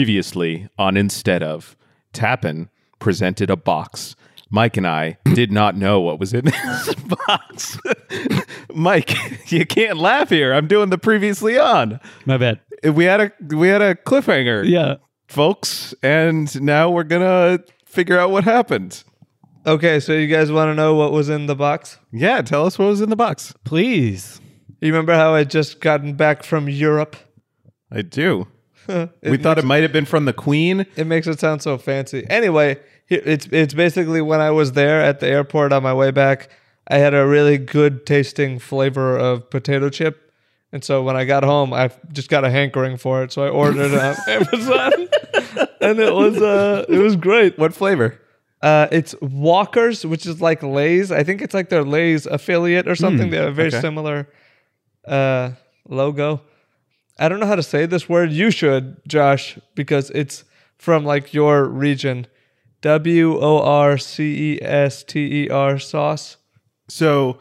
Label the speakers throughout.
Speaker 1: Previously on Instead of, Tappan presented a box. Mike and I did not know what was in this box. Mike, you can't laugh here. I'm doing the previously on.
Speaker 2: My bad.
Speaker 1: We had a we had a cliffhanger,
Speaker 2: Yeah.
Speaker 1: folks, and now we're gonna figure out what happened.
Speaker 3: Okay, so you guys want to know what was in the box?
Speaker 1: Yeah, tell us what was in the box.
Speaker 2: Please.
Speaker 3: You remember how I just gotten back from Europe?
Speaker 1: I do.
Speaker 3: It
Speaker 1: we thought it might have been from the Queen.
Speaker 3: It makes it sound so fancy. Anyway, he- it's it's basically when I was there at the airport on my way back, I had a really good tasting flavor of potato chip, and so when I got home, I just got a hankering for it, so I ordered it on Amazon, and it was uh it was great.
Speaker 1: What flavor?
Speaker 3: Uh, it's Walkers, which is like Lay's. I think it's like their Lay's affiliate or something. they have a very
Speaker 1: Hmm. okay.
Speaker 3: similar uh, logo. I don't know how to say this word. You should, Josh, because it's from like your region. W O R C E S T E R sauce.
Speaker 1: So,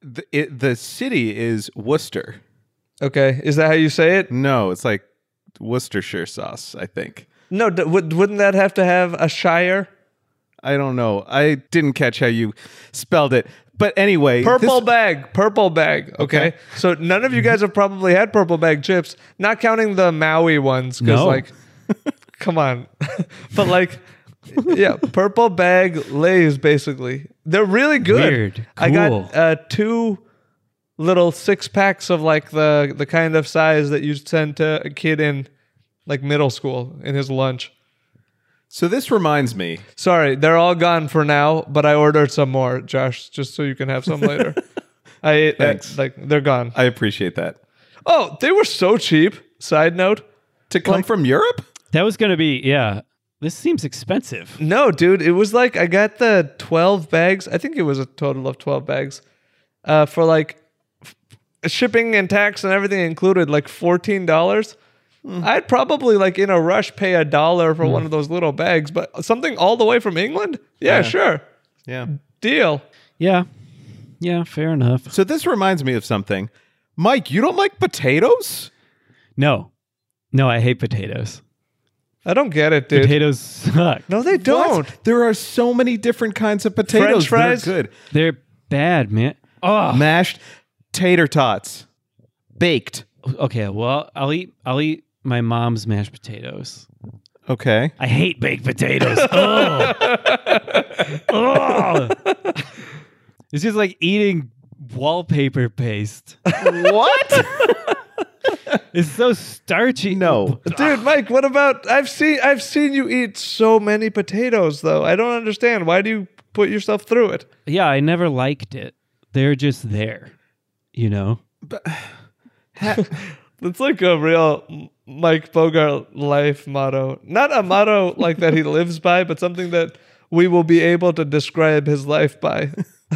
Speaker 1: the, it, the city is Worcester.
Speaker 3: Okay, is that how you say it?
Speaker 1: No, it's like Worcestershire sauce. I think.
Speaker 3: No, d- would, wouldn't that have to have a shire?
Speaker 1: I don't know. I didn't catch how you spelled it. But anyway,
Speaker 3: Purple
Speaker 1: this-
Speaker 3: bag, purple bag. Okay?
Speaker 1: Okay.
Speaker 3: so none of you guys have probably had purple bag chips, not counting the Maui ones, because
Speaker 2: No.
Speaker 3: like, come on, but like, yeah, purple bag lays basically. They're really good.
Speaker 2: Weird.
Speaker 3: I
Speaker 2: Cool.
Speaker 3: got uh, two little six packs of like the the kind of size that you send to a kid in like middle school in his lunch.
Speaker 1: so this reminds me.
Speaker 3: Sorry, they're all gone for now, but I ordered some more, Josh, just so you can have some later. I ate that,
Speaker 1: Thanks.
Speaker 3: like they're gone.
Speaker 1: I appreciate that.
Speaker 3: Oh, they were so cheap. Side note.
Speaker 1: To come from Europe?
Speaker 2: That was going to be, yeah. This seems expensive.
Speaker 3: No, dude, it was like I got the 12 bags. I think it was a total of 12 bags. Uh for like f- shipping and tax and everything included like $14. I'd probably like in a rush pay a dollar for one of those little bags, but something all the way from England? yeah. sure.
Speaker 1: Yeah.
Speaker 3: Deal.
Speaker 2: Yeah. Yeah, fair enough.
Speaker 1: So this reminds me of something. Mike, you don't like potatoes?
Speaker 2: No. No, I hate potatoes.
Speaker 3: I don't get it, dude.
Speaker 2: Potatoes suck.
Speaker 3: No, they don't.
Speaker 1: What? There are so many different kinds of potatoes.
Speaker 3: French fries?
Speaker 1: They're good.
Speaker 2: They're bad, man. Oh.
Speaker 1: Mashed tater tots. Baked.
Speaker 2: Okay, well, I'll eat I'll eat my mom's mashed potatoes.
Speaker 1: Okay.
Speaker 2: I hate baked potatoes. Ugh. Ugh. It's just like eating wallpaper paste.
Speaker 1: what?
Speaker 2: It's so starchy.
Speaker 1: No.
Speaker 3: Dude, Mike, what about I've seen I've seen you eat so many potatoes though. I don't understand. Why do you put yourself through it?
Speaker 2: Yeah, I never liked it. They're just there, you know?
Speaker 3: It's like a real M- Mike Bogart life motto. Not a motto like that he lives by, but something that we will be able to describe his life by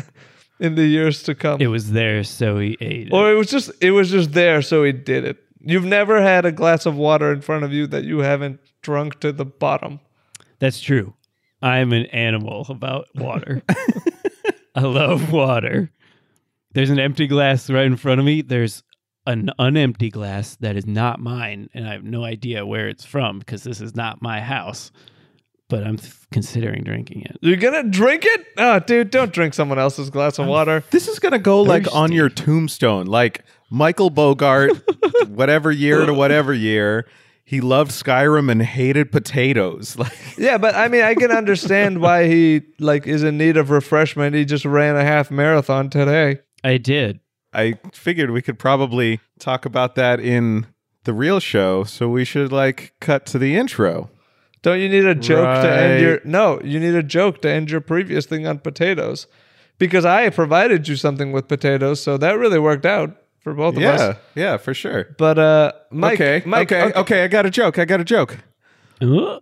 Speaker 3: in the years to come.
Speaker 2: It was there, so he ate it.
Speaker 3: or it was just it was just there so he did it. You've never had a glass of water in front of you that you haven't drunk to the bottom.
Speaker 2: That's true. I'm an animal about water. I love water. There's an empty glass right in front of me. There's an unempty glass that is not mine, and I have no idea where it's from because this is not my house. But I'm th- considering drinking it.
Speaker 3: You're gonna drink it? Oh, dude, don't drink someone else's glass of water.
Speaker 1: This is gonna go like on
Speaker 2: Thirsty.
Speaker 1: your tombstone, like Michael Bogart, whatever year to whatever year. He loved Skyrim and hated potatoes. Like
Speaker 3: Yeah, but I mean, I can understand why he like is in need of refreshment. He just ran a half marathon today.
Speaker 2: I did.
Speaker 1: I figured we could probably talk about that in the real show, so we should like cut to the intro.
Speaker 3: Don't you need a joke to
Speaker 1: Right.
Speaker 3: end your? No, you need a joke to end your previous thing on potatoes, because I provided you something with potatoes, so that really worked out for both of
Speaker 1: yeah,
Speaker 3: us.
Speaker 1: yeah, for sure.
Speaker 3: But uh, Mike,
Speaker 1: okay,
Speaker 3: Mike,
Speaker 1: okay, okay, I got a joke. I got a joke.
Speaker 2: Uh,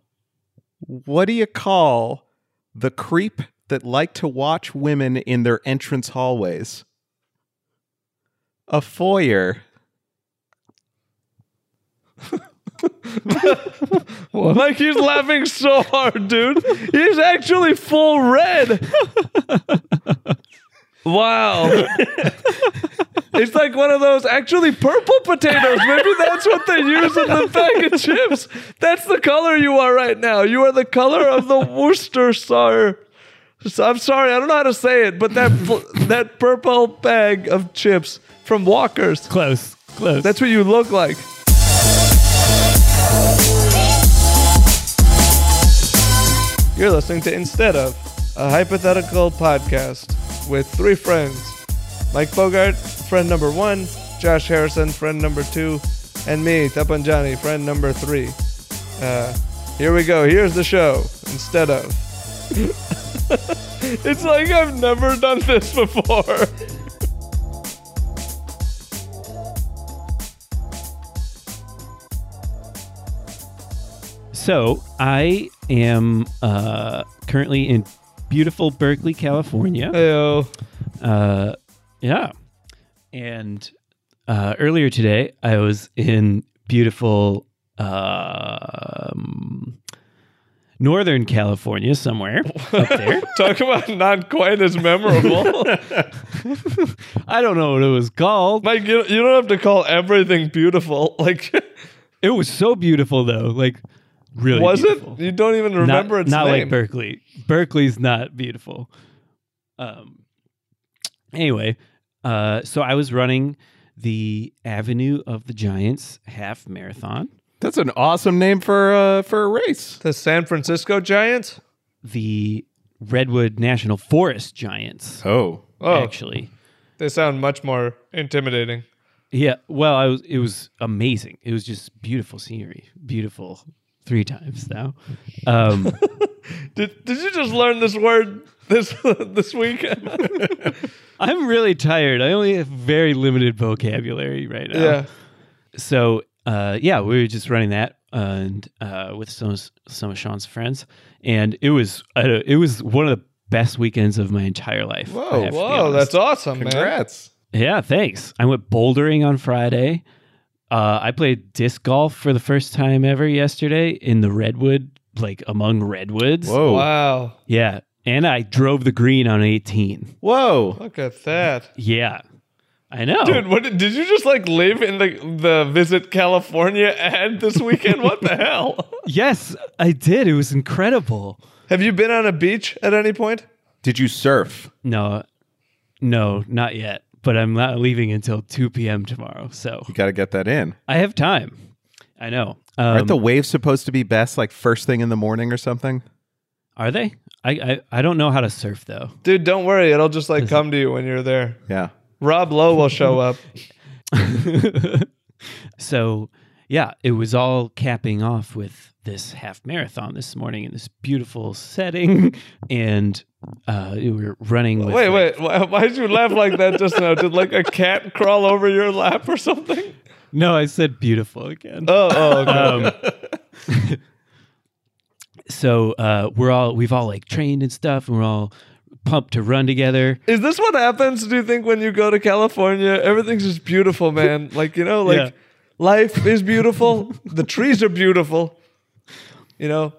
Speaker 1: What do you call the creep that like to watch women in their entrance hallways? A foyer.
Speaker 3: Mike, he's laughing so hard, dude. He's actually full red. wow. It's like one of those actually purple potatoes. Maybe that's what they use in the bag of chips. That's the color you are right now. You are the color of the Worcestershire. So I'm sorry, I don't know how to say it, but that that purple bag of chips from Walker's.
Speaker 2: Close. Close.
Speaker 3: That's what you look like. You're listening to Instead of, a hypothetical podcast with three friends Mike Bogart, friend number one, Josh Harrison, friend number two, and me, Tapanjani, friend number three. Uh, here we go. Here's the show. Instead of. it's like I've never done this before.
Speaker 2: So I am uh, currently in beautiful Berkeley, California.
Speaker 3: Ayo.
Speaker 2: Uh, yeah, and uh, earlier today I was in beautiful um, Northern California, somewhere up there.
Speaker 3: Talk about not quite as memorable.
Speaker 2: I don't know what it was called.
Speaker 3: Mike, you, you don't have to call everything beautiful. Like,
Speaker 2: It was so beautiful though, like really.
Speaker 3: was
Speaker 2: beautiful.
Speaker 3: it? You don't even
Speaker 2: Not-
Speaker 3: remember its
Speaker 2: not
Speaker 3: name.
Speaker 2: like Berkeley. Berkeley's not beautiful. Um. Anyway, uh, so I was running the Avenue of the Giants half marathon.
Speaker 1: That's an awesome name for uh, for a race.
Speaker 3: the San Francisco Giants?
Speaker 2: The Redwood National Forest Giants,
Speaker 1: Oh,
Speaker 3: Oh,
Speaker 2: actually.
Speaker 3: they sound much more intimidating.
Speaker 2: Yeah. Well, I was. It was amazing. It was just beautiful scenery. Beautiful. Three times now. Um,
Speaker 3: Did, did you just learn this word this this weekend?
Speaker 2: I'm really tired. I only have very limited vocabulary right now.
Speaker 3: yeah.
Speaker 2: so uh, yeah, we were just running that and uh, with some some of Sean's friends, and it was uh, it was one of the best weekends of my entire life. I
Speaker 1: Whoa,
Speaker 2: have to be
Speaker 3: Whoa,
Speaker 2: honest.
Speaker 3: that's awesome, man.
Speaker 1: congrats!
Speaker 2: yeah. Thanks. I went bouldering on Friday. Uh, I played disc golf for the first time ever yesterday in the redwood, like among redwoods.
Speaker 1: Whoa,
Speaker 3: Wow.
Speaker 2: Yeah, and I drove the green on 18.
Speaker 1: whoa!
Speaker 3: Look at that.
Speaker 2: Yeah, I know.
Speaker 3: Dude, what did, did you just like live in the the visit California ad this weekend? What the hell?
Speaker 2: Yes, I did. It was incredible.
Speaker 3: Have you been on a beach at any point?
Speaker 1: Did you surf?
Speaker 2: No, no, not yet. But I'm not leaving until 2 p.m. tomorrow. So
Speaker 1: You got to get that in.
Speaker 2: I have time. I know. Um,
Speaker 1: Aren't the waves supposed to be best like first thing in the morning or something?
Speaker 2: are they? I, I, I don't know how to surf, though.
Speaker 3: Dude, don't worry. It'll just like come to you when you're there.
Speaker 1: Yeah.
Speaker 3: Rob Lowe will show up.
Speaker 2: so, yeah, it was all capping off with this half marathon this morning in this beautiful setting. And uh, we were running with.
Speaker 3: Wait,
Speaker 2: like-
Speaker 3: wait. Why, why did you laugh like that just now? Did like a cat crawl over your lap or something?
Speaker 2: No, I said beautiful again.
Speaker 3: Oh, oh, okay.
Speaker 2: um, so uh, we're all we've all like trained and stuff, and we're all pumped to run together.
Speaker 3: Is this what happens? Do you think when you go to California, everything's just beautiful, man? Like you know, like
Speaker 2: Yeah.
Speaker 3: life is beautiful. the trees are beautiful. You know,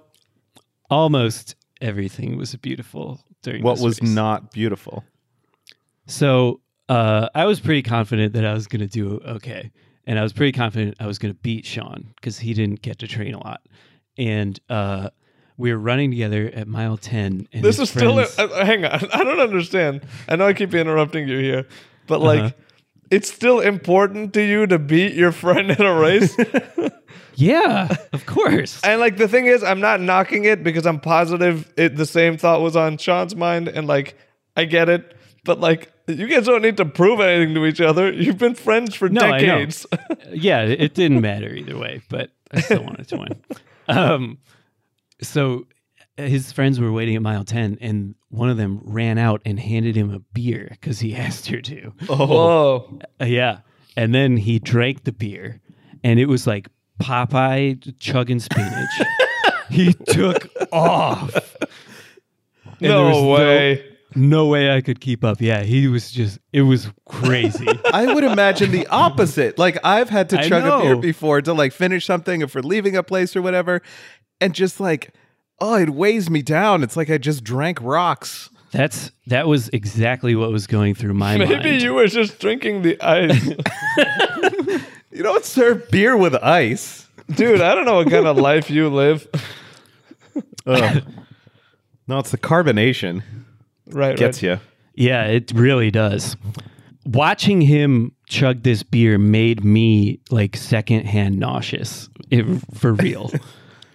Speaker 2: Almost everything was beautiful during
Speaker 1: What
Speaker 2: this
Speaker 1: was
Speaker 2: race.
Speaker 1: not beautiful?
Speaker 2: So uh, I was pretty confident that I was going to do okay, and I was pretty confident I was going to beat Sean because he didn't get to train a lot, and uh, we were running together at mile ten. And
Speaker 3: this
Speaker 2: his
Speaker 3: is still.
Speaker 2: friends-
Speaker 3: uh, hang on, I don't understand. I know I keep interrupting you here, but like.
Speaker 2: Uh-huh.
Speaker 3: It's still important to you to beat your friend in a race.
Speaker 2: yeah, of course.
Speaker 3: and like the thing is, I'm not knocking it because I'm positive it the same thought was on Sean's mind, and like I get it. But like you guys don't need to prove anything to each other. You've been friends for
Speaker 2: No, I know.
Speaker 3: decades.
Speaker 2: yeah, it it didn't matter either way, but I still wanted to win. Um, so uh, his friends were waiting at mile 10, and one of them ran out and handed him a beer because he asked her to.
Speaker 3: Whoa.
Speaker 2: Uh, yeah. And then he drank the beer, and it was like Popeye chugging spinach. he took off. And there was
Speaker 3: no way.
Speaker 2: No way I could keep up. Yeah, he was just, it was crazy.
Speaker 1: I would imagine the opposite. Like I've had to
Speaker 2: I
Speaker 1: chug a beer
Speaker 2: know.
Speaker 1: before to like finish something if we're leaving a place or whatever, and just like, oh, it weighs me down. It's like I just drank rocks.
Speaker 2: That's that was exactly what was going through my mind.
Speaker 3: Maybe you were just drinking the ice.
Speaker 1: You don't serve beer with ice.
Speaker 3: Dude, I don't know what kind of life you live.
Speaker 1: Ugh. no, it's the carbonation
Speaker 3: Right,
Speaker 1: gets
Speaker 3: right.
Speaker 1: you.
Speaker 2: Yeah, it really does. Watching him chug this beer made me like secondhand nauseous, it, for real.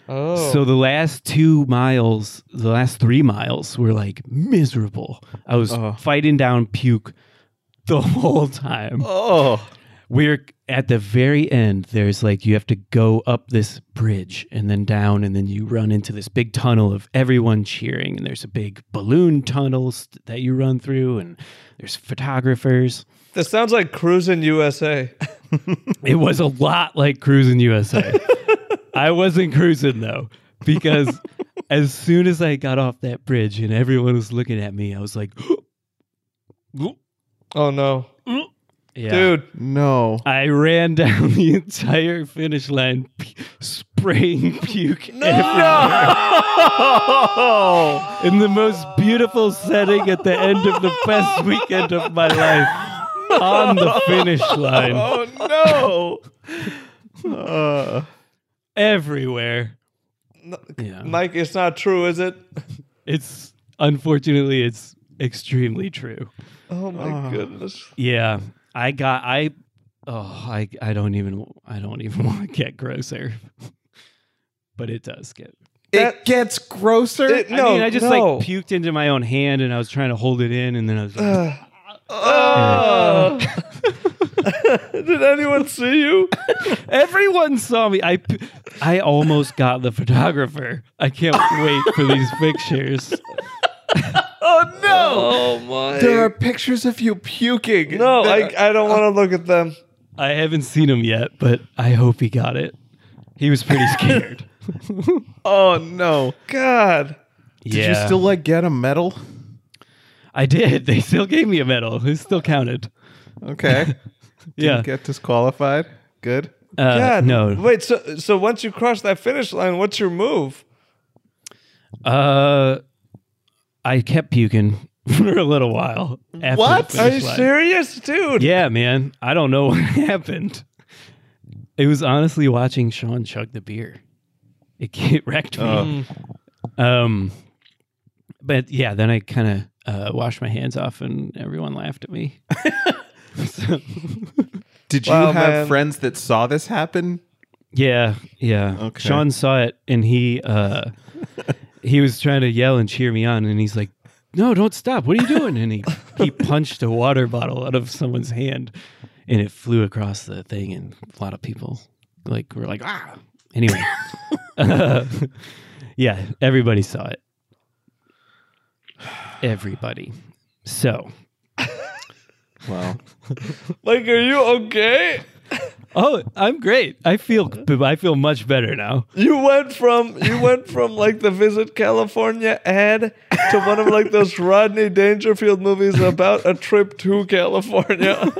Speaker 3: Oh.
Speaker 2: So the last two miles, the last three miles were like miserable. I was fighting down puke the whole time.
Speaker 1: Oh,
Speaker 2: We're at the very end. There's like, you have to go up this bridge and then down, and then you run into this big tunnel of everyone cheering. And there's a big balloon tunnels that you run through, and there's photographers.
Speaker 3: This sounds like cruising USA.
Speaker 2: It was a lot like cruising USA. I wasn't cruising though, because as soon as I got off that bridge and everyone was looking at me, I was like,
Speaker 3: Oh no.
Speaker 2: yeah.
Speaker 3: Dude,
Speaker 1: no.
Speaker 2: I ran down the entire finish line, p- spraying puke everywhere
Speaker 1: Oh,
Speaker 2: in the most beautiful setting at the end of the best weekend of my life on the finish line,
Speaker 1: oh no. Uh,
Speaker 2: everywhere. Yeah.
Speaker 3: Mike, it's not true, is it?
Speaker 2: It's unfortunately, it's extremely true.
Speaker 3: Oh my goodness.
Speaker 2: Yeah, I got I. Oh, I I don't even I don't even want to get grosser, but it does get.
Speaker 1: it gets grosser.
Speaker 3: It- no,
Speaker 2: I mean, I just
Speaker 3: no.
Speaker 2: like puked into my own hand, and I was trying to hold it in, and then I was like,
Speaker 3: Oh. Did anyone see you?
Speaker 2: everyone saw me. I p- I almost got the photographer. I can't wait for these pictures.
Speaker 3: Oh my.
Speaker 1: there are pictures of you puking.
Speaker 3: no,
Speaker 1: There-
Speaker 3: I, I don't want to look at them.
Speaker 2: I haven't seen him yet, but I hope he got it. He was pretty scared.
Speaker 1: oh no.
Speaker 3: God.
Speaker 1: Did
Speaker 2: yeah,
Speaker 1: you still like get a medal?
Speaker 2: I did. They still gave me a medal. It still counted.
Speaker 1: Okay.
Speaker 2: Yeah.
Speaker 1: Get disqualified. Good.
Speaker 2: Uh,
Speaker 3: God.
Speaker 2: no.
Speaker 3: Wait, so so once you cross that finish line, what's your move?
Speaker 2: Uh, I kept puking for a little while. after
Speaker 1: What?
Speaker 2: the
Speaker 3: Are
Speaker 2: finish
Speaker 3: you
Speaker 2: line.
Speaker 3: serious, dude?
Speaker 2: Yeah, man. I don't know what happened. It was honestly watching Sean chug the beer. It, it wrecked me. Um, but yeah, then I kind of uh, washed my hands off, and everyone laughed at me. So,
Speaker 1: Did you
Speaker 3: Wow,
Speaker 1: have
Speaker 3: man.
Speaker 1: friends that saw this happen?
Speaker 2: yeah, yeah.
Speaker 1: Okay.
Speaker 2: Sean saw it, and he uh, he was trying to yell and cheer me on, and he's like, "No, don't stop! What are you doing?" And he he punched a water bottle out of someone's hand, and it flew across the thing, and a lot of people like were like, "Ah!" Anyway, Uh, yeah, everybody saw it. Everybody. So,
Speaker 1: Wow.
Speaker 3: Like, are you okay?
Speaker 2: oh, I'm great. I feel I feel much better now.
Speaker 3: You went from you went from like the Visit California ad to one of like those Rodney Dangerfield movies about a trip to California.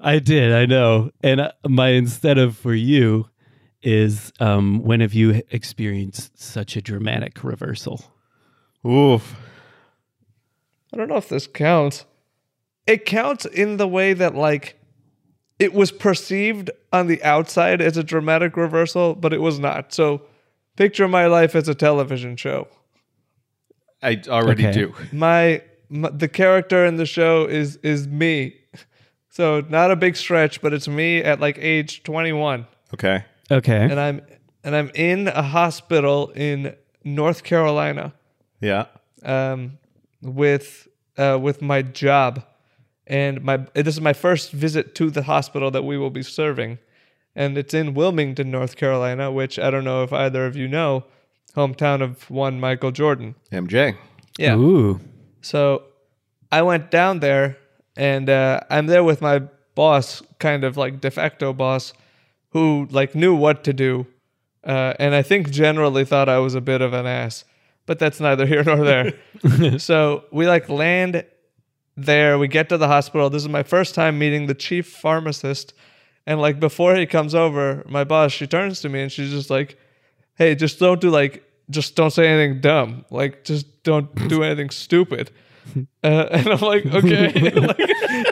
Speaker 2: I did, I know. And uh, my instead of for you is um, when have you experienced such a dramatic reversal?
Speaker 1: Oof.
Speaker 3: I don't know if this counts. It counts in the way that like it was perceived on the outside as a dramatic reversal, but it was not. So picture my life as a television show.
Speaker 1: I already
Speaker 2: Okay.
Speaker 1: do.
Speaker 3: My, my the character in the show is is me. So not a big stretch, but it's me at like age 21.
Speaker 1: Okay.
Speaker 2: Okay.
Speaker 3: and uh, I'm and I'm in a hospital in North Carolina
Speaker 1: Yeah.
Speaker 3: um, with uh, with my job, and my this is my first visit to the hospital that we will be serving, and it's in Wilmington, North Carolina, which I don't know if either of you know, hometown of one Michael Jordan.
Speaker 1: MJ.
Speaker 3: Yeah.
Speaker 2: Ooh.
Speaker 3: So I went down there and uh, I'm there with my boss, kind of like de facto boss, who like knew what to do. Uh, and I think generally thought I was a bit of an ass, but that's neither here nor there. so we like land there. We get to the hospital. This is my first time meeting the chief pharmacist. And like before he comes over, my boss, she turns to me and she's just like, hey, just don't do like just don't say anything dumb. Like, just don't do anything stupid. Uh, and I'm like, okay, like,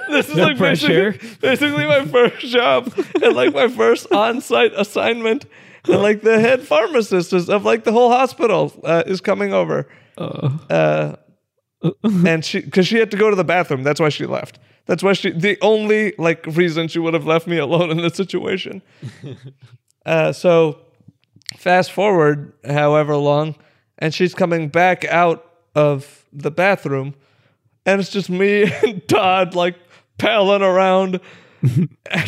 Speaker 3: this is
Speaker 2: No
Speaker 3: like basically, basically my first job and like my first on-site assignment. And like the head pharmacist is, of like the whole hospital uh, is coming over, uh, and she because she had to go to the bathroom. That's why she left. That's why she the only like reason she would have left me alone in this situation. Uh, so fast forward however long, and she's coming back out of the bathroom, and it's just me and Todd like palling around,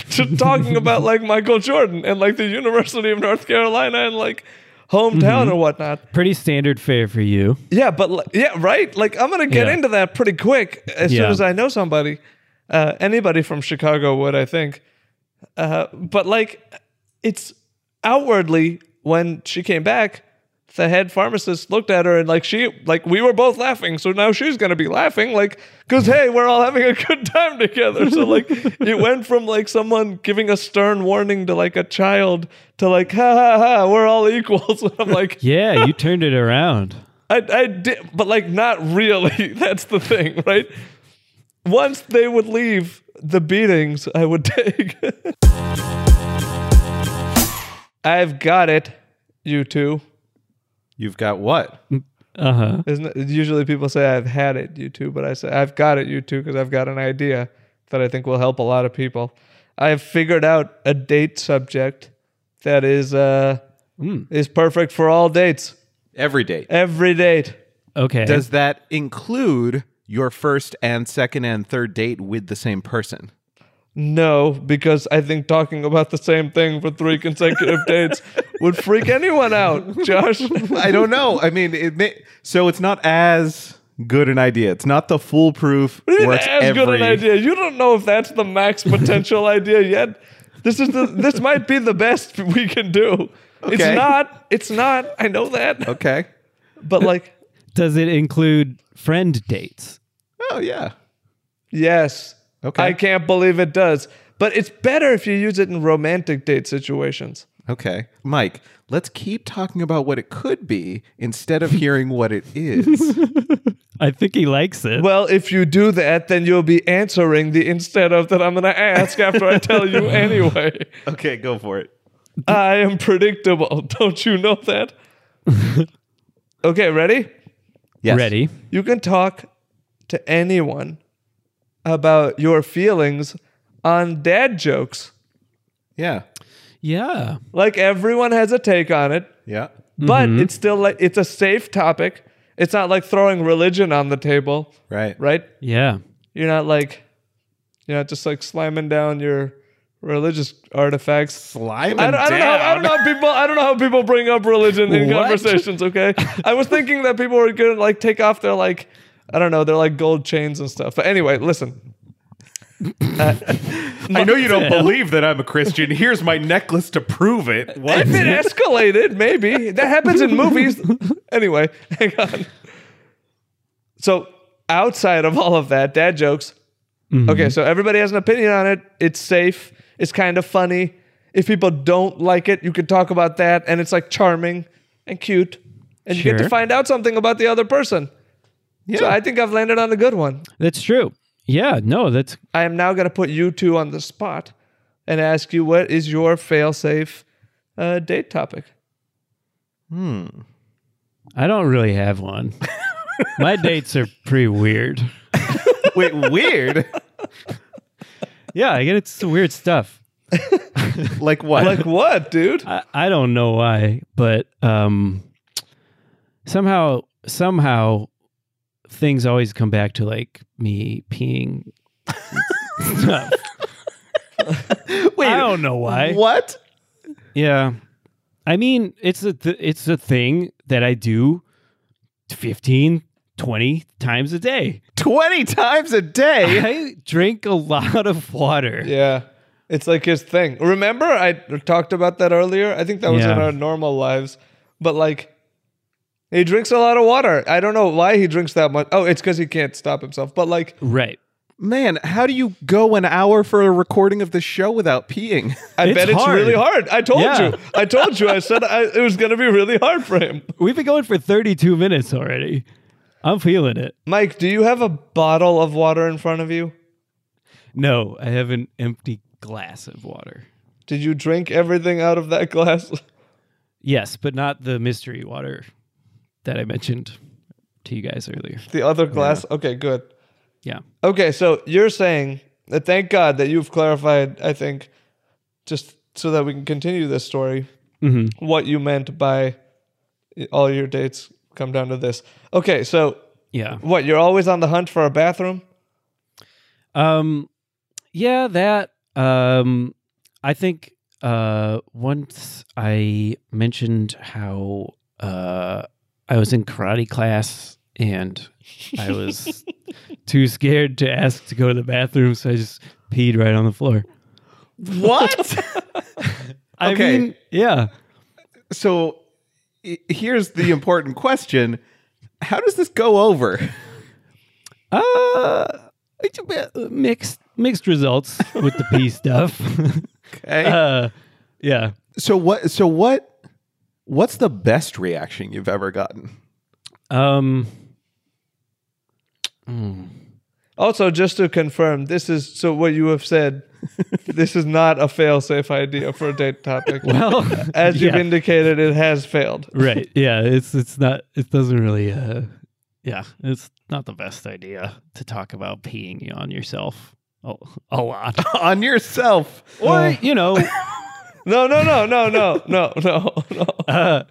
Speaker 3: just talking about like Michael Jordan and like the University of North Carolina and like hometown or whatnot.
Speaker 2: Pretty standard fare for you.
Speaker 3: Yeah, but li- yeah, right. Like I'm gonna get
Speaker 2: Yeah.
Speaker 3: into that pretty quick as
Speaker 2: Yeah.
Speaker 3: soon as I know somebody. Uh, anybody from Chicago would, I think. Uh, but like, it's outwardly when she came back, the head pharmacist looked at her and like she like we were both laughing, so now she's gonna be laughing like because hey, we're all having a good time together. So like, it went from like someone giving a stern warning to like a child to like ha ha ha, we're all equals. And I'm like,
Speaker 2: Yeah, you turned it around.
Speaker 3: I, I did, but like not really. That's the thing, right? Once they would leave, the beatings I would take. I've got it, you two.
Speaker 1: You've got what?
Speaker 2: Uh huh.
Speaker 3: Isn't it, usually people say I've had it, you two, but I say I've got it, you two, because I've got an idea that I think will help a lot of people. I've figured out a date subject that is uh is perfect for all dates,
Speaker 1: Every date.
Speaker 3: every date.
Speaker 2: Okay.
Speaker 1: Does that include your first and second and third date with the same person?
Speaker 3: No, because I think talking about the same thing for three consecutive dates would freak anyone out, Josh.
Speaker 1: I don't know. I mean, it may, so it's not as good an idea. It's not the foolproof.
Speaker 3: What do you mean
Speaker 1: works
Speaker 3: as good an
Speaker 1: every-
Speaker 3: idea? You don't know if that's the max potential idea yet. This is the, this might be the best we can do.
Speaker 1: Okay.
Speaker 3: It's not. It's not. I know that.
Speaker 1: Okay.
Speaker 3: But like,
Speaker 2: Does it include friend dates?
Speaker 1: Oh yeah.
Speaker 3: yes.
Speaker 1: Okay.
Speaker 3: I can't believe it does. But it's better if you use it in romantic date situations.
Speaker 1: Okay. Mike, let's keep talking about what it could be instead of hearing what it is.
Speaker 2: I think he likes it.
Speaker 3: Well, if you do that, then you'll be answering the instead of that I'm going to ask after I tell you anyway.
Speaker 1: okay, go for it.
Speaker 3: I am predictable. Don't you know that? okay, ready?
Speaker 1: Yes.
Speaker 2: Ready?
Speaker 3: You can talk to anyone about your feelings on dad jokes.
Speaker 1: Yeah.
Speaker 2: Yeah.
Speaker 3: Like everyone has a take on it,
Speaker 1: Yeah.
Speaker 3: but it's still like it's a safe topic. It's not like throwing religion on the table,
Speaker 1: Right.
Speaker 3: right?
Speaker 2: Yeah.
Speaker 3: You're not like you're not just like slamming down your religious artifacts.
Speaker 1: Slime
Speaker 3: I don't, I don't know. I don't know how people. I don't know how people bring up religion in
Speaker 2: What?
Speaker 3: conversations. Okay, I was thinking that people were gonna like take off their like, I don't know, their like gold chains and stuff. But anyway, listen.
Speaker 1: I know you don't believe that I'm a Christian. Here's my necklace to prove it. What?
Speaker 3: If it escalated, maybe that happens in movies. Anyway, hang on. So outside of all of that, dad jokes. Okay, so everybody has an opinion on it. It's safe. It's kind of funny. If people don't like it, you can talk about that, and it's like charming and cute, and you get to
Speaker 2: Sure.
Speaker 3: find out something about the other person. So I think I've landed on a good one.
Speaker 2: That's true. Yeah. No, that's
Speaker 3: I am now going to put you two on the spot and ask you what is your fail-safe uh, date topic?
Speaker 2: I don't really have one. My dates are pretty weird.
Speaker 1: Wait, weird.
Speaker 2: Yeah, I get it's weird stuff.
Speaker 1: Like what?
Speaker 3: Like what, dude?
Speaker 2: I, I don't know why, but um somehow somehow things always come back to like me peeing. stuff.
Speaker 1: Wait.
Speaker 2: I don't know why.
Speaker 1: What?
Speaker 2: Yeah. I mean, it's a th- it's a thing that I do 15, 20 times a day.
Speaker 1: 20 times a day?
Speaker 2: I drink a lot of water.
Speaker 3: Yeah. It's like his thing. Remember, I talked about that earlier? I think that was in
Speaker 2: Yeah.
Speaker 3: our normal lives. But like, he drinks a lot of water. I don't know why he drinks that much. Oh, it's because he can't stop himself. But like,
Speaker 2: Right.
Speaker 1: Man, how do you go an hour for a recording of the show without peeing?
Speaker 3: I
Speaker 2: It's
Speaker 3: bet it's
Speaker 2: hard.
Speaker 3: really hard. I told
Speaker 2: Yeah.
Speaker 3: you. I told you. I said I, it was going to be really hard for him.
Speaker 2: We've been going for 32 minutes already. I'm feeling it.
Speaker 3: Mike, do you have a bottle of water in front of you?
Speaker 2: No, I have an empty glass of water.
Speaker 3: Did you drink everything out of that glass?
Speaker 2: Yes, but not the mystery water that I mentioned to you guys earlier.
Speaker 3: The other glass? Okay, good.
Speaker 2: Yeah.
Speaker 3: Okay, so you're saying that thank God that you've clarified, I think, just so that we can continue this story, what you meant by all your dates come down to this. Okay, so
Speaker 2: Yeah.
Speaker 3: what, you're always on the hunt for a bathroom?
Speaker 2: Um yeah, that um I think uh once I mentioned how uh I was in karate class and I was too scared to ask to go to the bathroom, so I just peed right on the floor.
Speaker 1: What?
Speaker 2: I
Speaker 1: Okay.
Speaker 2: mean, yeah.
Speaker 1: so i- here's the important question How does this go over?
Speaker 2: Uh it's a bit mixed mixed results with the pee stuff.
Speaker 1: Okay.
Speaker 2: uh yeah.
Speaker 1: so, what, so what, what's the best reaction you've ever gotten?
Speaker 2: Um
Speaker 3: Also, just to confirm, this is so what you have said. this is not a fail-safe idea for a date topic.
Speaker 2: well
Speaker 3: As you've
Speaker 2: yeah.
Speaker 3: indicated, it has failed.
Speaker 2: right yeah it's it's not it doesn't really uh yeah it's not the best idea to talk about peeing on yourself a, a lot
Speaker 1: On yourself.
Speaker 2: or you know
Speaker 3: No, no, no, no, no, no, no, no.
Speaker 2: uh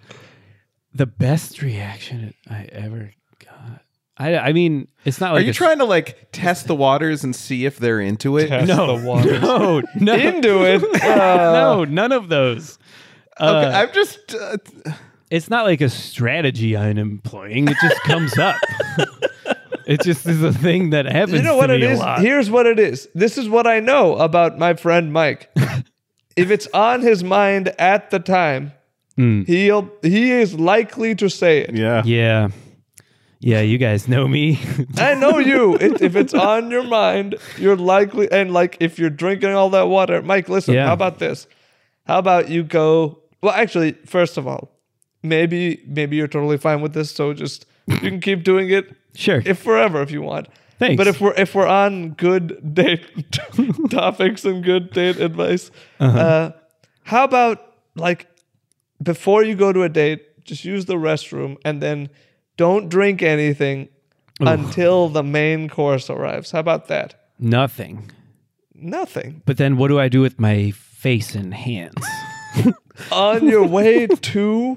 Speaker 2: the best reaction i ever got i i mean it's not
Speaker 1: Are
Speaker 2: like
Speaker 1: you
Speaker 2: it's-
Speaker 1: trying to like test the waters and see if they're into it?
Speaker 3: Test
Speaker 2: no
Speaker 3: the waters.
Speaker 2: no no
Speaker 3: Into it. Uh,
Speaker 2: no none of those
Speaker 1: Okay,
Speaker 2: Uh,
Speaker 1: I'm just. Uh,
Speaker 2: it's not like a strategy i'm employing it just comes up it just is a thing that happens
Speaker 3: You know
Speaker 2: to
Speaker 3: what it
Speaker 2: me a
Speaker 3: is?
Speaker 2: lot.
Speaker 3: Here's what it is. This is what I know about my friend Mike. if it's on his mind at the time,
Speaker 2: Mm.
Speaker 3: he'll he is likely to say it.
Speaker 1: yeah.
Speaker 2: Yeah. Yeah, you guys know me.
Speaker 3: I know you. It, if it's on your mind, you're likely and like if you're drinking all that water, Mike. Listen,
Speaker 2: Yeah.
Speaker 3: how about this? How about you go? Well, actually, first of all, maybe maybe you're totally fine with this, so just you can keep doing it
Speaker 2: sure.
Speaker 3: if forever if you want.
Speaker 2: Thanks.
Speaker 3: But if we're if we're on good date topics and good date advice, uh
Speaker 2: Uh-huh.
Speaker 3: how about like before you go to a date, just use the restroom and then don't drink anything until the main course arrives. How about that?
Speaker 2: Nothing.
Speaker 3: Nothing
Speaker 2: But then what do I do with my face and hands?
Speaker 3: on your way to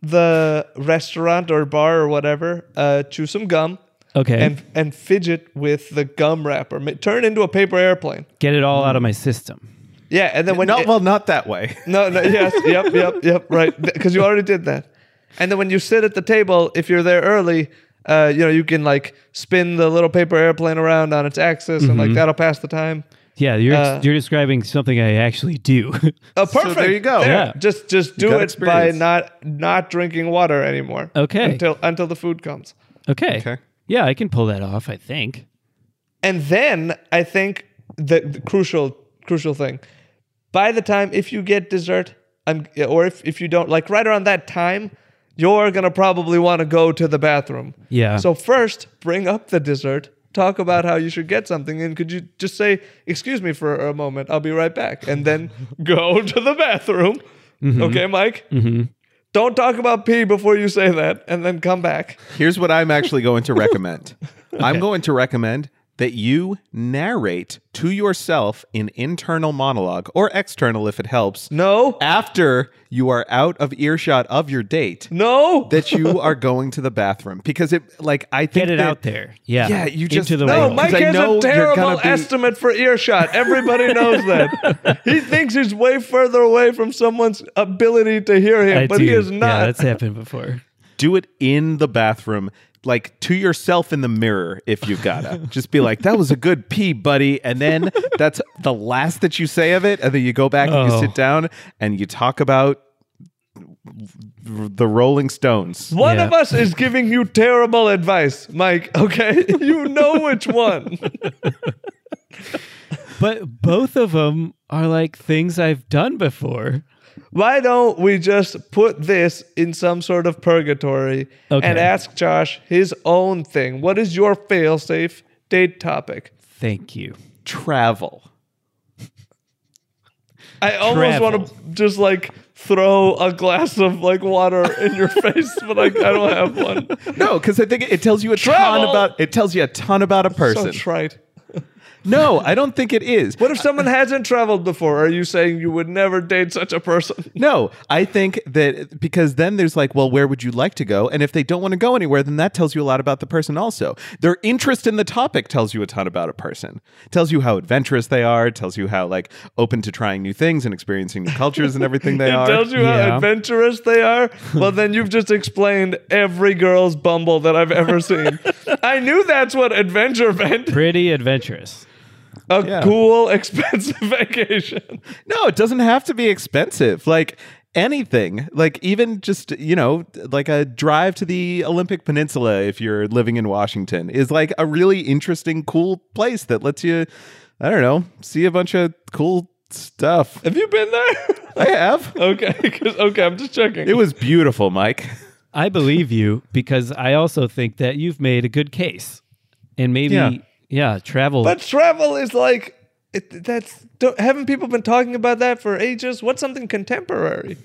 Speaker 3: the restaurant or bar or whatever. Uh, chew some gum
Speaker 2: Okay.
Speaker 3: and and fidget with the gum wrapper. Ma- Turn into a paper airplane.
Speaker 2: Get it all out of my system.
Speaker 3: Yeah, and then when
Speaker 1: Not
Speaker 3: it-
Speaker 1: well, not that way.
Speaker 3: No, no, yes, yep, yep, yep, right. Because you already did that. And then when you sit at the table, if you're there early, uh, you know you can like spin the little paper airplane around on its axis, and
Speaker 2: Mm-hmm.
Speaker 3: like that'll pass the time.
Speaker 2: Yeah, you're
Speaker 3: Uh,
Speaker 2: you're describing something I actually do.
Speaker 3: Oh, perfect.
Speaker 1: there you go.
Speaker 2: Yeah.
Speaker 3: Just just do
Speaker 1: got
Speaker 3: it
Speaker 1: experience.
Speaker 3: by not not drinking water anymore.
Speaker 2: Okay.
Speaker 3: Until until the food comes,
Speaker 2: okay.
Speaker 1: Okay.
Speaker 2: Yeah, I can pull that off, I think.
Speaker 3: and then I think the, the crucial crucial thing. By the time if you get dessert, I'm or if if you don't like right around that time, you're gonna probably want to go to the bathroom.
Speaker 2: Yeah.
Speaker 3: So first, bring up the dessert. Talk about how you should get something, and could you just say, "Excuse me for a moment, I'll be right back," and then go to the bathroom. Okay, Mike. Don't talk about pee before you say that, and then come back.
Speaker 1: Here's what I'm actually going to recommend. I'm going to recommend that you narrate to yourself an internal monologue or external if it helps
Speaker 3: No,
Speaker 1: after you are out of earshot of your date
Speaker 3: no,
Speaker 1: that you are going to the bathroom because it like I think
Speaker 2: Get it
Speaker 1: that-
Speaker 2: out there. Yeah.
Speaker 1: Yeah, you just-
Speaker 2: Into the
Speaker 1: No,
Speaker 3: no.
Speaker 2: world.
Speaker 1: my-
Speaker 3: Oh, Mike
Speaker 1: 'Cause I
Speaker 3: has
Speaker 1: know
Speaker 3: a
Speaker 1: you're
Speaker 3: terrible
Speaker 1: gonna be-
Speaker 3: estimate for earshot. Everybody knows that. he thinks he's way further away from someone's ability to hear him,
Speaker 2: I
Speaker 3: but
Speaker 2: do.
Speaker 3: he is
Speaker 2: Yeah,
Speaker 3: not.
Speaker 2: that's happened before.
Speaker 1: Do it in the bathroom like to yourself in the mirror if you gotta. Just be like that was a good pee buddy and then that's the last that you say of it and then you go back and you
Speaker 2: Oh.
Speaker 1: sit down and you talk about the Rolling Stones.
Speaker 3: One
Speaker 2: Yeah.
Speaker 3: of us is giving you terrible advice, Mike. Okay, you know which one.
Speaker 2: But both of them are like things I've done before.
Speaker 3: Why don't we just put this in some sort of purgatory
Speaker 2: Okay.
Speaker 3: and ask Josh his own thing? What is your failsafe date topic?
Speaker 2: Thank you.
Speaker 1: Travel.
Speaker 3: I almost
Speaker 2: Travel.
Speaker 3: want to just like throw a glass of like water in your face, but I, I don't have one.
Speaker 1: No, because I think it tells you a
Speaker 3: Travel!
Speaker 1: ton about it tells you a ton about a
Speaker 3: So
Speaker 1: person.
Speaker 3: trite.
Speaker 1: no, I don't think it is.
Speaker 3: What if someone hasn't traveled before? Are you saying you would never date such a person?
Speaker 1: No, I think that because then there's like, well, where would you like to go? And if they don't want to go anywhere, then that tells you a lot about the person also. Their interest in the topic tells you a ton about a person. Tells you how adventurous they are, tells you how like open to trying new things and experiencing new cultures and everything they
Speaker 3: It
Speaker 1: are.
Speaker 3: tells you how
Speaker 2: yeah.
Speaker 3: adventurous they are. Well, then you've just explained every girl's bumble that I've ever seen. I knew that's what adventure meant.
Speaker 2: Pretty adventurous.
Speaker 3: A
Speaker 1: Yeah.
Speaker 3: cool, expensive vacation.
Speaker 1: No, it doesn't have to be expensive. Like anything, like even just, you know, like a drive to the Olympic Peninsula if you're living in Washington is like a really interesting, cool place that lets you, I don't know, see a bunch of cool stuff.
Speaker 3: Have you been there?
Speaker 1: I have.
Speaker 3: okay, 'cause- okay, I'm just checking.
Speaker 1: It was beautiful, Mike.
Speaker 2: I believe you because I also think that you've made a good case. And maybe,
Speaker 1: Yeah.
Speaker 2: yeah, travel.
Speaker 3: But travel is like it, that's don't, haven't people been talking about that for ages? What's something contemporary?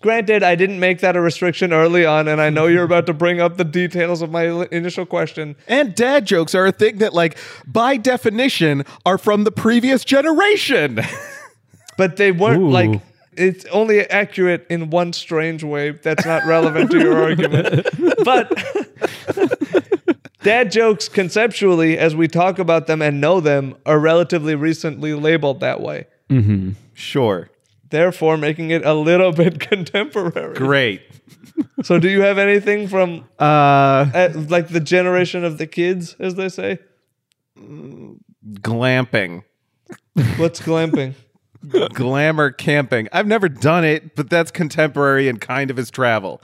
Speaker 3: Granted, I didn't make that a restriction early on, and I know you're about to bring up the details of my li- initial question.
Speaker 1: And dad jokes are a thing that, like, by definition, are from the previous generation.
Speaker 3: But they weren't
Speaker 2: Ooh.
Speaker 3: like it's only accurate in one strange way that's not relevant to your argument. But dad jokes conceptually, as we talk about them and know them, are relatively recently labeled that way.
Speaker 1: sure.
Speaker 3: Therefore, making it a little bit contemporary.
Speaker 1: Great.
Speaker 3: So, do you have anything from
Speaker 1: Uh,
Speaker 3: uh, like the generation of the kids, as they say?
Speaker 1: glamping.
Speaker 3: What's glamping?
Speaker 1: glamour camping. I've never done it, but that's contemporary and kind of is travel.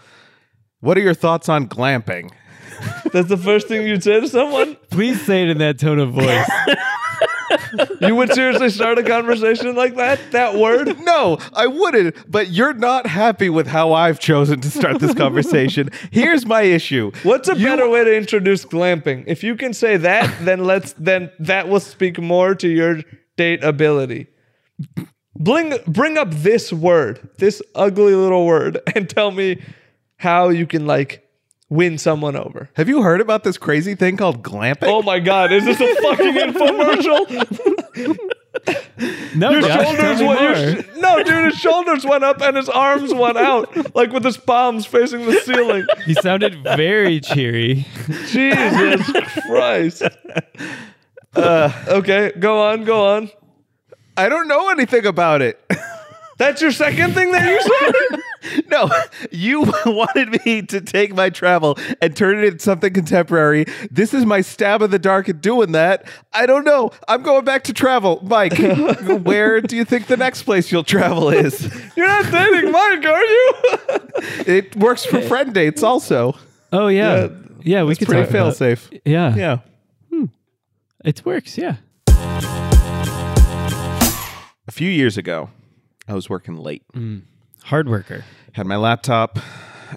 Speaker 1: What are your thoughts on glamping?
Speaker 3: That's the first thing you'd say to someone.
Speaker 2: Please say it in that tone of voice.
Speaker 3: You would seriously start a conversation like that? That word?
Speaker 1: No, I wouldn't, but you're not happy with how I've chosen to start this conversation. Here's my issue.
Speaker 3: What's a
Speaker 1: You-
Speaker 3: better way to introduce glamping? If you can say that, then let's then that will speak more to your date ability. Bring bring up this word, this ugly little word, and tell me how you can like win someone over.
Speaker 1: Have you heard about this crazy thing called glamping?
Speaker 3: Oh my god, is this a fucking infomercial?
Speaker 2: No,
Speaker 3: Your
Speaker 2: Josh, tell
Speaker 3: shoulders
Speaker 2: me
Speaker 3: went
Speaker 2: more.
Speaker 3: your sh- No, dude, his shoulders went up and his arms went out, like with his palms facing the ceiling.
Speaker 2: He sounded very cheery.
Speaker 3: Jesus Christ. Uh, okay, go on, go on.
Speaker 1: I don't know anything about it.
Speaker 3: That's your second thing that you
Speaker 1: no, you wanted me to take my travel and turn it into something contemporary. This is my stab in the dark at doing that. I don't know. I'm going back to travel. Mike, where do you think the next place you'll travel is?
Speaker 3: said? You're not dating Mike, are you?
Speaker 1: It works for friend dates also.
Speaker 2: Oh, yeah.
Speaker 3: Yeah,
Speaker 2: Yeah, we could
Speaker 1: Pretty
Speaker 2: talk
Speaker 1: fail
Speaker 2: about
Speaker 1: safe.
Speaker 2: Yeah.
Speaker 1: Yeah.
Speaker 2: It works. Yeah.
Speaker 1: A few years ago, I was working late.
Speaker 2: Hard worker.
Speaker 1: had my laptop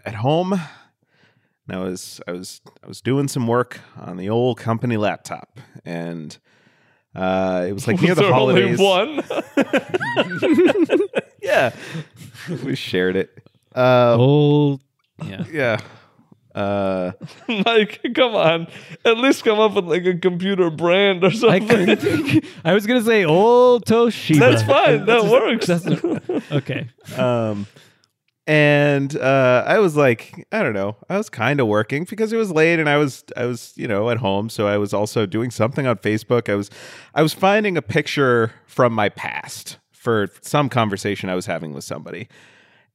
Speaker 1: at home and I was I was I was doing some work on the old company laptop and uh, it was like near the
Speaker 3: There are
Speaker 1: holidays.
Speaker 3: only one.
Speaker 1: Yeah, we shared it. Uh,
Speaker 2: Old. Yeah.
Speaker 1: yeah, uh,
Speaker 3: Mike, come on. At least come up with like a computer brand or
Speaker 2: I
Speaker 3: something.
Speaker 2: couldn't think. I was gonna say old Toshiba.
Speaker 3: That's fine. That works.
Speaker 2: Doesn't- okay.
Speaker 1: um, and uh, I was like, I don't know, I was kind of working because it was late, and I was, I was, you know, at home, so I was also doing something on Facebook. I was, I was finding a picture from my past for some conversation I was having with somebody,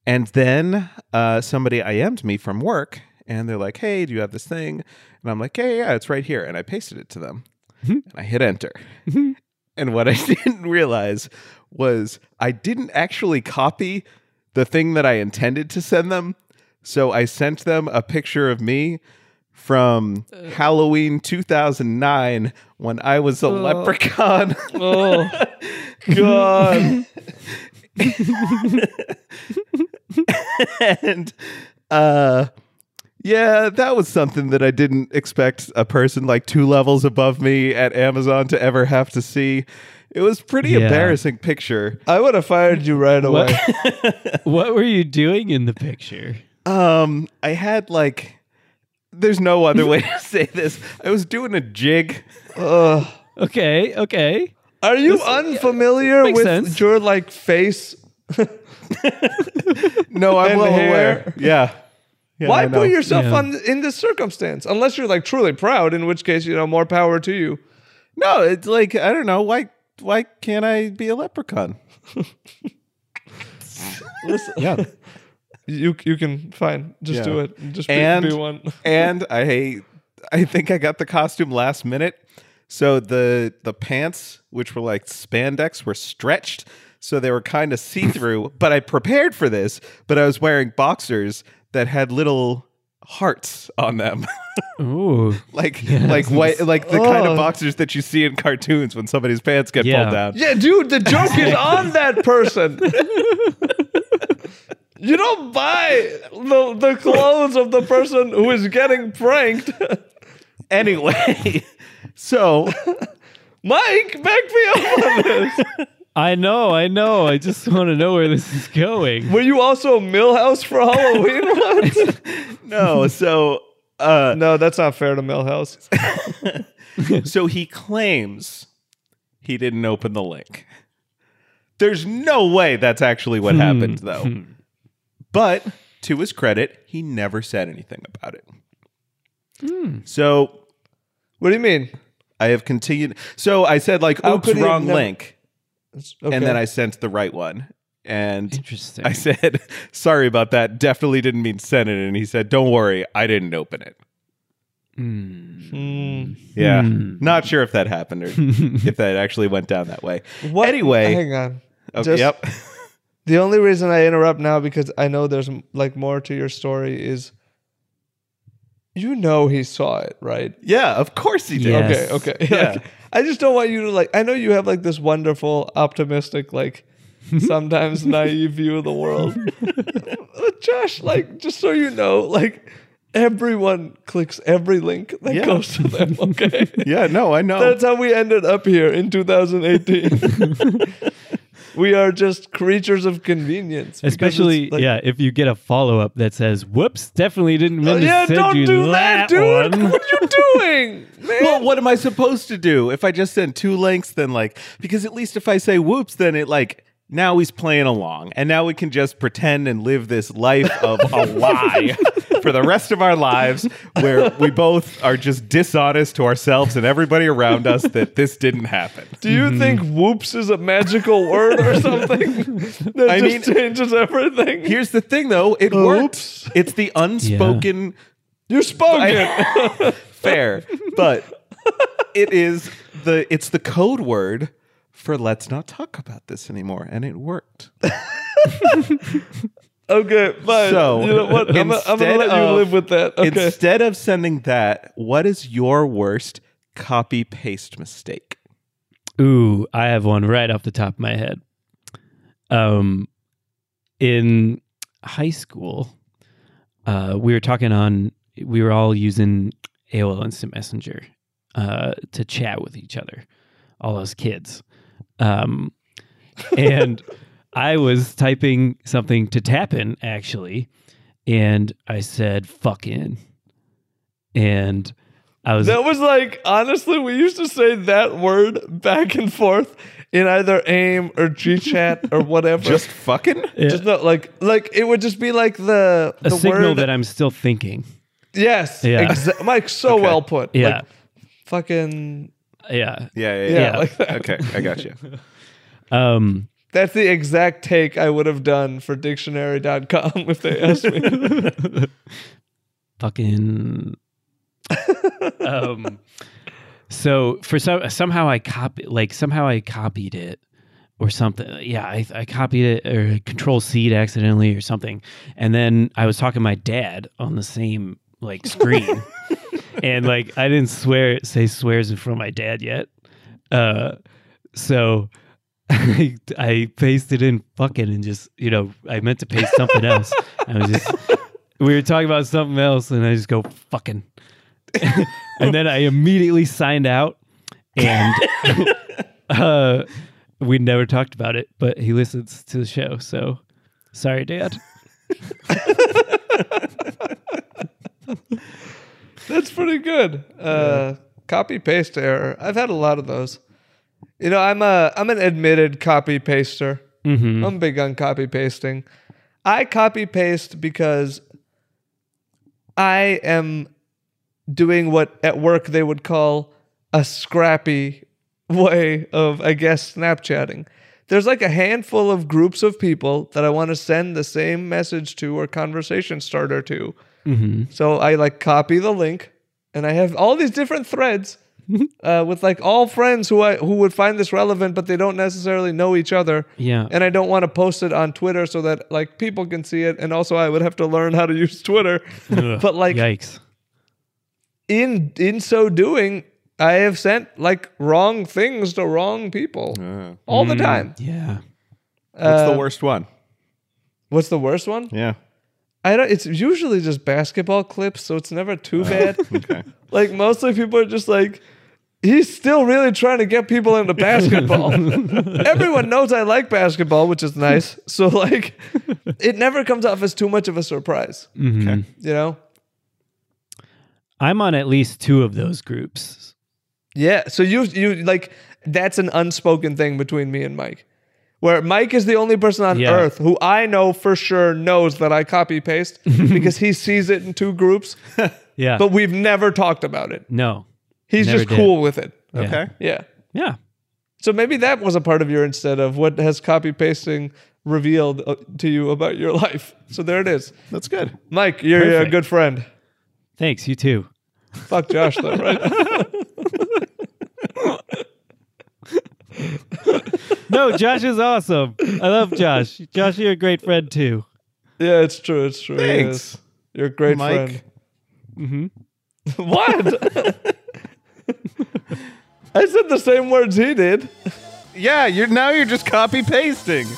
Speaker 1: and then uh, somebody IM'd me from work, and they're like, "Hey, do you have this thing?" And I'm like, "Yeah, yeah, yeah, it's right here," and I pasted it to them, and I hit enter. And what I didn't realize was I didn't actually copy the thing that I intended to send them. So I sent them a picture of me from Halloween 2009 when I was a leprechaun.
Speaker 3: Oh God!
Speaker 1: and uh yeah, that was something that I didn't expect a person like two levels above me at Amazon to ever have to see. It was pretty
Speaker 2: Yeah.
Speaker 1: embarrassing picture.
Speaker 3: I would have fired you right away.
Speaker 2: What were you doing in the picture?
Speaker 1: Um, I had like, there's no other way to say this. I was doing a jig.
Speaker 3: Ugh.
Speaker 2: Okay, okay.
Speaker 3: Are you unfamiliar
Speaker 2: makes
Speaker 3: with
Speaker 2: sense.
Speaker 3: your like face?
Speaker 1: No, I'm
Speaker 3: And
Speaker 1: well
Speaker 3: hair.
Speaker 1: aware. Yeah. Yeah, I
Speaker 3: Why
Speaker 1: know.
Speaker 3: put yourself
Speaker 2: Yeah.
Speaker 3: on in this circumstance? Unless you're like truly proud, in which case you know more power to you.
Speaker 1: No, it's like I don't know why. Why can't I be a leprechaun?
Speaker 3: Listen,
Speaker 1: Yeah.
Speaker 3: you you can fine, just
Speaker 1: Yeah.
Speaker 3: do it. Just be,
Speaker 1: And-
Speaker 3: be one.
Speaker 1: and I I think I got the costume last minute. So the the pants, which were like spandex, were stretched, so they were kind of see through. but I prepared for this, but I was wearing boxers that had little hearts on them,
Speaker 2: Ooh.
Speaker 1: like like white, like the kind
Speaker 3: Oh.
Speaker 1: of boxers that you see in cartoons when somebody's pants get
Speaker 2: Yeah.
Speaker 1: pulled down.
Speaker 3: Yeah, dude, the joke is on that person. you don't buy the the clothes of the person who is getting pranked.
Speaker 1: Anyway, so
Speaker 3: Mike, back me up on this.
Speaker 2: I know, I know. I just want to know where this is going.
Speaker 3: Were you also Millhouse for Halloween once?
Speaker 1: no, so uh,
Speaker 3: no, that's not fair to Millhouse.
Speaker 1: So he claims he didn't open the link. There's no way that's actually what
Speaker 3: Hmm.
Speaker 1: happened, though. But to his credit, he never said anything about it.
Speaker 3: Hmm.
Speaker 1: So
Speaker 3: What do you mean?
Speaker 1: I have continued. So I said, like,
Speaker 3: How
Speaker 1: oops,
Speaker 3: could he have
Speaker 1: wrong
Speaker 3: never-
Speaker 1: link. And then I sent the right one. And
Speaker 2: Interesting.
Speaker 1: I said, sorry about that. Definitely didn't mean sent it. And he said, don't worry. I didn't open it.
Speaker 2: Hmm.
Speaker 3: Hmm.
Speaker 1: Yeah. Not sure if that happened or if that actually went down that way.
Speaker 3: What-
Speaker 1: Anyway.
Speaker 3: hang on.
Speaker 1: Okay,
Speaker 3: Just-
Speaker 1: yep.
Speaker 3: The only reason I interrupt now because I know there's like more to your story is you know he saw it, right?
Speaker 1: Yeah, of course he did.
Speaker 2: Yeah.
Speaker 3: Okay,
Speaker 2: Yes.
Speaker 3: okay.
Speaker 1: Yeah.
Speaker 3: Like, I just don't want you to like I know you have like this wonderful optimistic like sometimes naive view of the world. But Josh, like just so you know, like everyone clicks every link that
Speaker 1: Yeah.
Speaker 3: goes to them, okay?
Speaker 1: Yeah, no, I know.
Speaker 3: That's how we ended up here in 2018. we are just creatures of convenience. because it's
Speaker 2: Especially,
Speaker 3: like-
Speaker 2: yeah, if you get a follow up that says, "Whoops, definitely didn't mean to
Speaker 3: yeah,
Speaker 2: send
Speaker 3: don't
Speaker 2: you
Speaker 3: do that, dude.
Speaker 2: one."
Speaker 3: What are you doing, man?
Speaker 1: well, what am I supposed to do if I just send two links? Then like, because at least if I say whoops, then it like now he's playing along, and now we can just pretend and live this life of a lie for the rest of our lives, where we both are just dishonest to ourselves and everybody around us that this didn't happen.
Speaker 3: do you think "whoops" is a magical word or something that
Speaker 1: I
Speaker 3: just
Speaker 1: mean-
Speaker 3: changes everything?
Speaker 1: Here's the thing, though, it works.
Speaker 3: Oops.
Speaker 1: It's the unspoken.
Speaker 3: you spoke it.
Speaker 1: I- fair, but it is the it's the code word for let's not talk about this anymore, and it worked.
Speaker 3: Okay, fine.
Speaker 1: So,
Speaker 3: you know what? I'm, gonna- I'm gonna
Speaker 1: instead
Speaker 3: let you
Speaker 1: of-
Speaker 3: live with that. Okay.
Speaker 1: Instead of sending that, what is your worst copy paste mistake?
Speaker 2: Ooh, I have one right off the top of my head. Um, in high school, uh, we were talking on, we were all using AOL Instant Messenger uh, to chat with each other, all us kids. Um, and I was typing something to Tappin actually, and I said "fucking," and I was
Speaker 3: That was like honestly, we used to say that word back and forth in either AIM or GChat or whatever.
Speaker 1: Just fucking?
Speaker 2: Yeah.
Speaker 3: Just not like like it would just be like the
Speaker 2: a
Speaker 3: the
Speaker 2: signal
Speaker 3: word
Speaker 2: that I'm still thinking.
Speaker 3: yes
Speaker 2: Yeah.
Speaker 3: exa- Mike so well put
Speaker 2: Yeah.
Speaker 3: like, fucking
Speaker 2: Yeah.
Speaker 1: Yeah, yeah,
Speaker 3: yeah,
Speaker 1: yeah.
Speaker 2: Yeah.
Speaker 3: like that.
Speaker 1: Okay, I got you.
Speaker 2: Um,
Speaker 3: that's the exact take I would have done for dictionary.com if they asked me
Speaker 2: fucking. um, so for some somehow I copy like somehow I copied it or something. Yeah, I, I copied it or Control C accidentally or something, and then I was talking to my dad on the same like screen. and like I didn't swear say swears in front of my dad yet. Uh, so I, I pasted in fucking and just you know I meant to paste something else. I was just we were talking about something else and I just go fucking, and then I immediately signed out and. uh, we never talked about it, but he listens to the show, so sorry, Dad.
Speaker 3: That's pretty good. Uh, Copy paste error. I've had a lot of those. You know, I'm a I'm an admitted copy paster.
Speaker 2: Mm-hmm.
Speaker 3: I'm big on copy pasting. I copy paste because I am doing what at work they would call a scrappy way of, I guess, Snapchatting. There's like a handful of groups of people that I want to send the same message to or conversation starter to.
Speaker 2: Mm-hmm.
Speaker 3: So I like copy the link, and I have all these different threads uh, with like all friends who I who would find this relevant, but they don't necessarily know each other.
Speaker 2: Yeah.
Speaker 3: And I don't want to post it on Twitter so that like people can see it, and also I would have to learn how to use Twitter. but like
Speaker 2: yikes.
Speaker 3: in in so doing, I have sent like wrong things to wrong people
Speaker 1: Uh,
Speaker 3: all the time.
Speaker 2: Yeah.
Speaker 1: what's
Speaker 3: Uh,
Speaker 1: the worst one?
Speaker 3: What's the worst one?
Speaker 1: Yeah.
Speaker 3: I don't. It's usually just basketball clips, so it's never too bad.
Speaker 1: Okay.
Speaker 3: Like mostly people are just like, he's still really trying to get people into basketball. Everyone knows I like basketball, which is nice. So like, it never comes off as too much of a surprise,
Speaker 1: okay.
Speaker 3: you know?
Speaker 2: I'm on at least two of those groups.
Speaker 3: Yeah. So you you like that's an unspoken thing between me and Mike. Where Mike is the only person on
Speaker 2: Yeah.
Speaker 3: earth who I know for sure knows that I copy paste because he sees it in two groups,
Speaker 2: Yeah.
Speaker 3: but we've never talked about it.
Speaker 2: no.
Speaker 3: He's
Speaker 2: Never
Speaker 3: just
Speaker 2: did.
Speaker 3: cool with it.
Speaker 2: Yeah.
Speaker 1: Okay.
Speaker 3: Yeah.
Speaker 2: Yeah.
Speaker 3: So maybe that was a part of your instead of what has copy pasting revealed uh, to you about your life. So there it is.
Speaker 1: That's good.
Speaker 3: Mike, you're a
Speaker 2: Perfect.
Speaker 3: good friend.
Speaker 2: Thanks. You too.
Speaker 3: Fuck Josh though, right?
Speaker 2: No, Josh is awesome. I love Josh. Josh, you're a great friend too.
Speaker 3: yeah, it's true. It's true. He
Speaker 1: Thanks.
Speaker 3: is. You're a great
Speaker 1: Mike. Mm-hmm.
Speaker 3: friend. What? I said the same words he did.
Speaker 1: Yeah, you're now you're just copy pasting.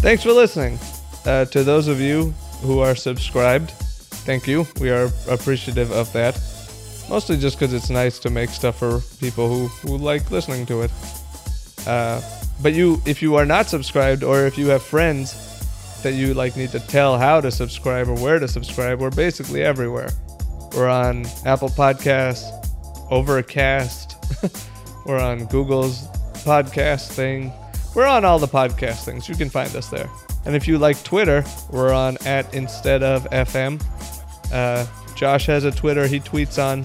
Speaker 3: Thanks for listening. Uh, to those of you who are subscribed, thank you. We are appreciative of that. Mostly just because it's nice to make stuff for people who, who like listening to it. Uh, but you, if you are not subscribed, or if you have friends that you like need to tell how to subscribe or where to subscribe, we're basically everywhere. We're on Apple Podcasts, Overcast. We're on Google's podcast thing. We're on all the podcast things. You can find us there. And if you like Twitter, we're on at instead of FM. Uh, Josh has a Twitter he tweets on,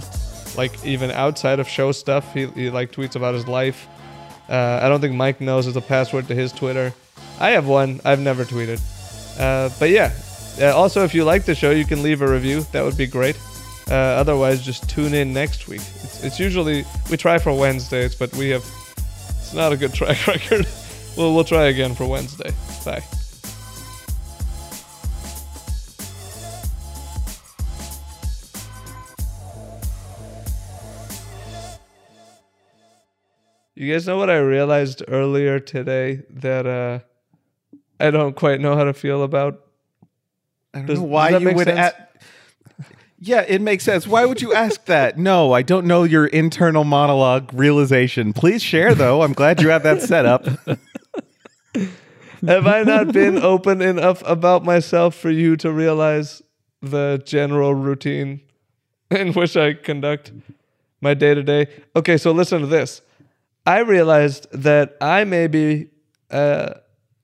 Speaker 3: like even outside of show stuff. He, he like tweets about his life. Uh, I don't think Mike knows is the password to his Twitter. I have one. I've never tweeted. Uh, but yeah. Uh, also, if you like the show, you can leave a review. That would be great. Uh, otherwise, just tune in next week. It's, it's usually we try for Wednesdays, but we have it's not a good track record. we'll we'll try again for Wednesday. Bye. You guys know what I realized earlier today that uh, I don't quite know how to feel about.
Speaker 1: I don't
Speaker 3: Does-
Speaker 1: know why
Speaker 3: does that
Speaker 1: you
Speaker 3: make
Speaker 1: would.
Speaker 3: sense?
Speaker 1: a- yeah, it makes sense. Why would you ask that? No, I don't know your internal monologue realization. Please share though. I'm glad you have that set up.
Speaker 3: Have I not been open enough about myself for you to realize the general routine in which I conduct my day to day? Okay, so listen to this. I realized that I may be uh,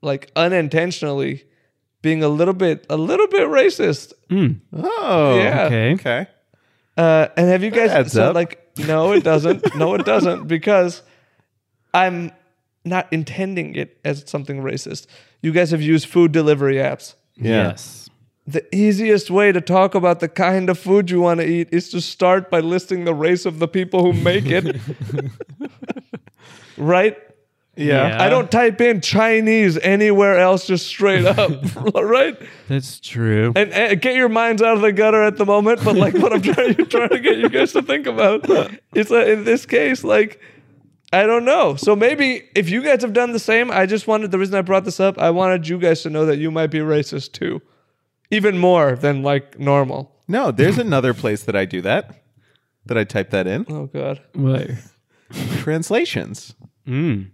Speaker 3: like unintentionally being a little bit a little bit racist.
Speaker 1: Oh,
Speaker 3: Yeah.
Speaker 2: Okay.
Speaker 1: Okay.
Speaker 3: Uh, and have you guys
Speaker 1: adds
Speaker 3: so,
Speaker 1: up.
Speaker 3: like no it doesn't. no it doesn't because I'm not intending it as something racist. You guys have used food delivery apps.
Speaker 1: Yeah.
Speaker 2: Yes.
Speaker 3: The easiest way to talk about the kind of food you want to eat is to start by listing the race of the people who make it. right? Yeah.
Speaker 1: Uh.
Speaker 2: Yeah.
Speaker 3: I don't type in Chinese anywhere else, just straight up, right?
Speaker 2: That's true.
Speaker 3: And, and get your minds out of the gutter at the moment. But like, what I'm trying, trying to get you guys to think about is that in this case, like, I don't know. So maybe if you guys have done the same, I just wanted the reason I brought this up, I wanted you guys to know that you might be racist too, even more than like normal.
Speaker 1: No, there's another place that I do that. That I type that in.
Speaker 3: Oh God.
Speaker 2: What?
Speaker 1: Translations.
Speaker 2: Mm.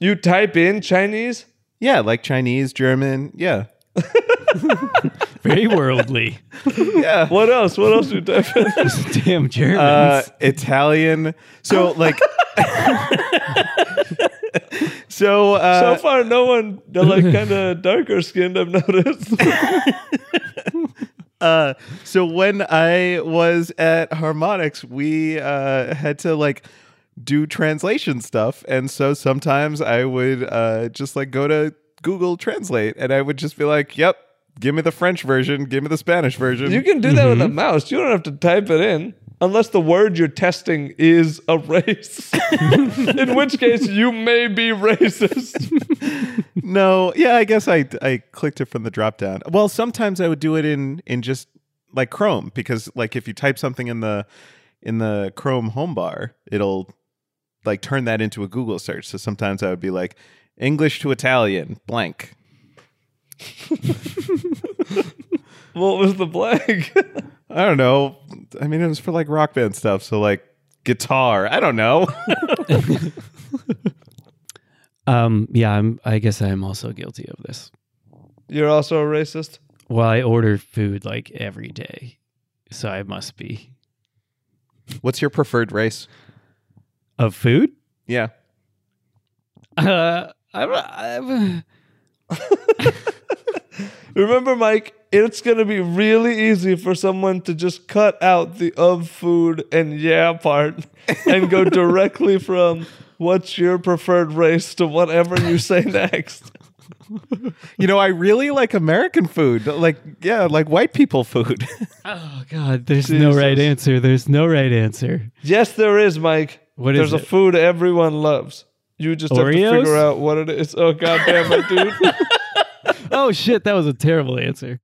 Speaker 3: You type in Chinese.
Speaker 1: Yeah, like Chinese, German. Yeah.
Speaker 2: Very worldly.
Speaker 1: Yeah.
Speaker 3: What else? What else do you type in?
Speaker 2: Damn Germans.
Speaker 1: Uh, Italian. So like So
Speaker 3: so
Speaker 1: uh
Speaker 3: far, no one they're like kind of darker skinned. I've noticed.
Speaker 1: uh, so when I was at Harmonix, we uh, had to like do translation stuff, and so sometimes I would uh, just like go to Google Translate, and I would just be like, "Yep, give me the French version, give me the Spanish version."
Speaker 3: You can do that with a mouse. You don't have to type it in unless the word you're testing is a race. in which case, you may be racist.
Speaker 1: no, yeah, I guess I I clicked it from the drop down. Well, sometimes I would do it in in just like Chrome because like if you type something in the in the Chrome home bar, it'll like turn that into a Google search. So sometimes I would be like English to Italian blank.
Speaker 3: what was the blank?
Speaker 1: I don't know. I mean, it was for like rock band stuff, so like guitar. I don't know.
Speaker 2: um, yeah, I'm, I guess I'm also guilty of this.
Speaker 3: you're also a racist.
Speaker 2: Well, I order food like every day, so I must be
Speaker 1: What's your preferred race?
Speaker 2: of food.
Speaker 1: Yeah.
Speaker 2: Uh, I'm, I'm,
Speaker 3: Remember, Mike, it's going to be really easy for someone to just cut out the of food and yeah part and go directly from what's your preferred race to whatever you say next.
Speaker 1: You know, I really like American food. Like, yeah, like white people food.
Speaker 2: oh God, there's no right
Speaker 3: Jesus.
Speaker 2: answer. There's no right answer.
Speaker 3: Yes, there is, Mike.
Speaker 2: What is
Speaker 3: There's a
Speaker 2: it?
Speaker 3: food everyone loves. You just have to
Speaker 2: Oreos?
Speaker 3: figure out what it is. Oh god damn it, dude.
Speaker 2: Oh shit, that was a terrible answer.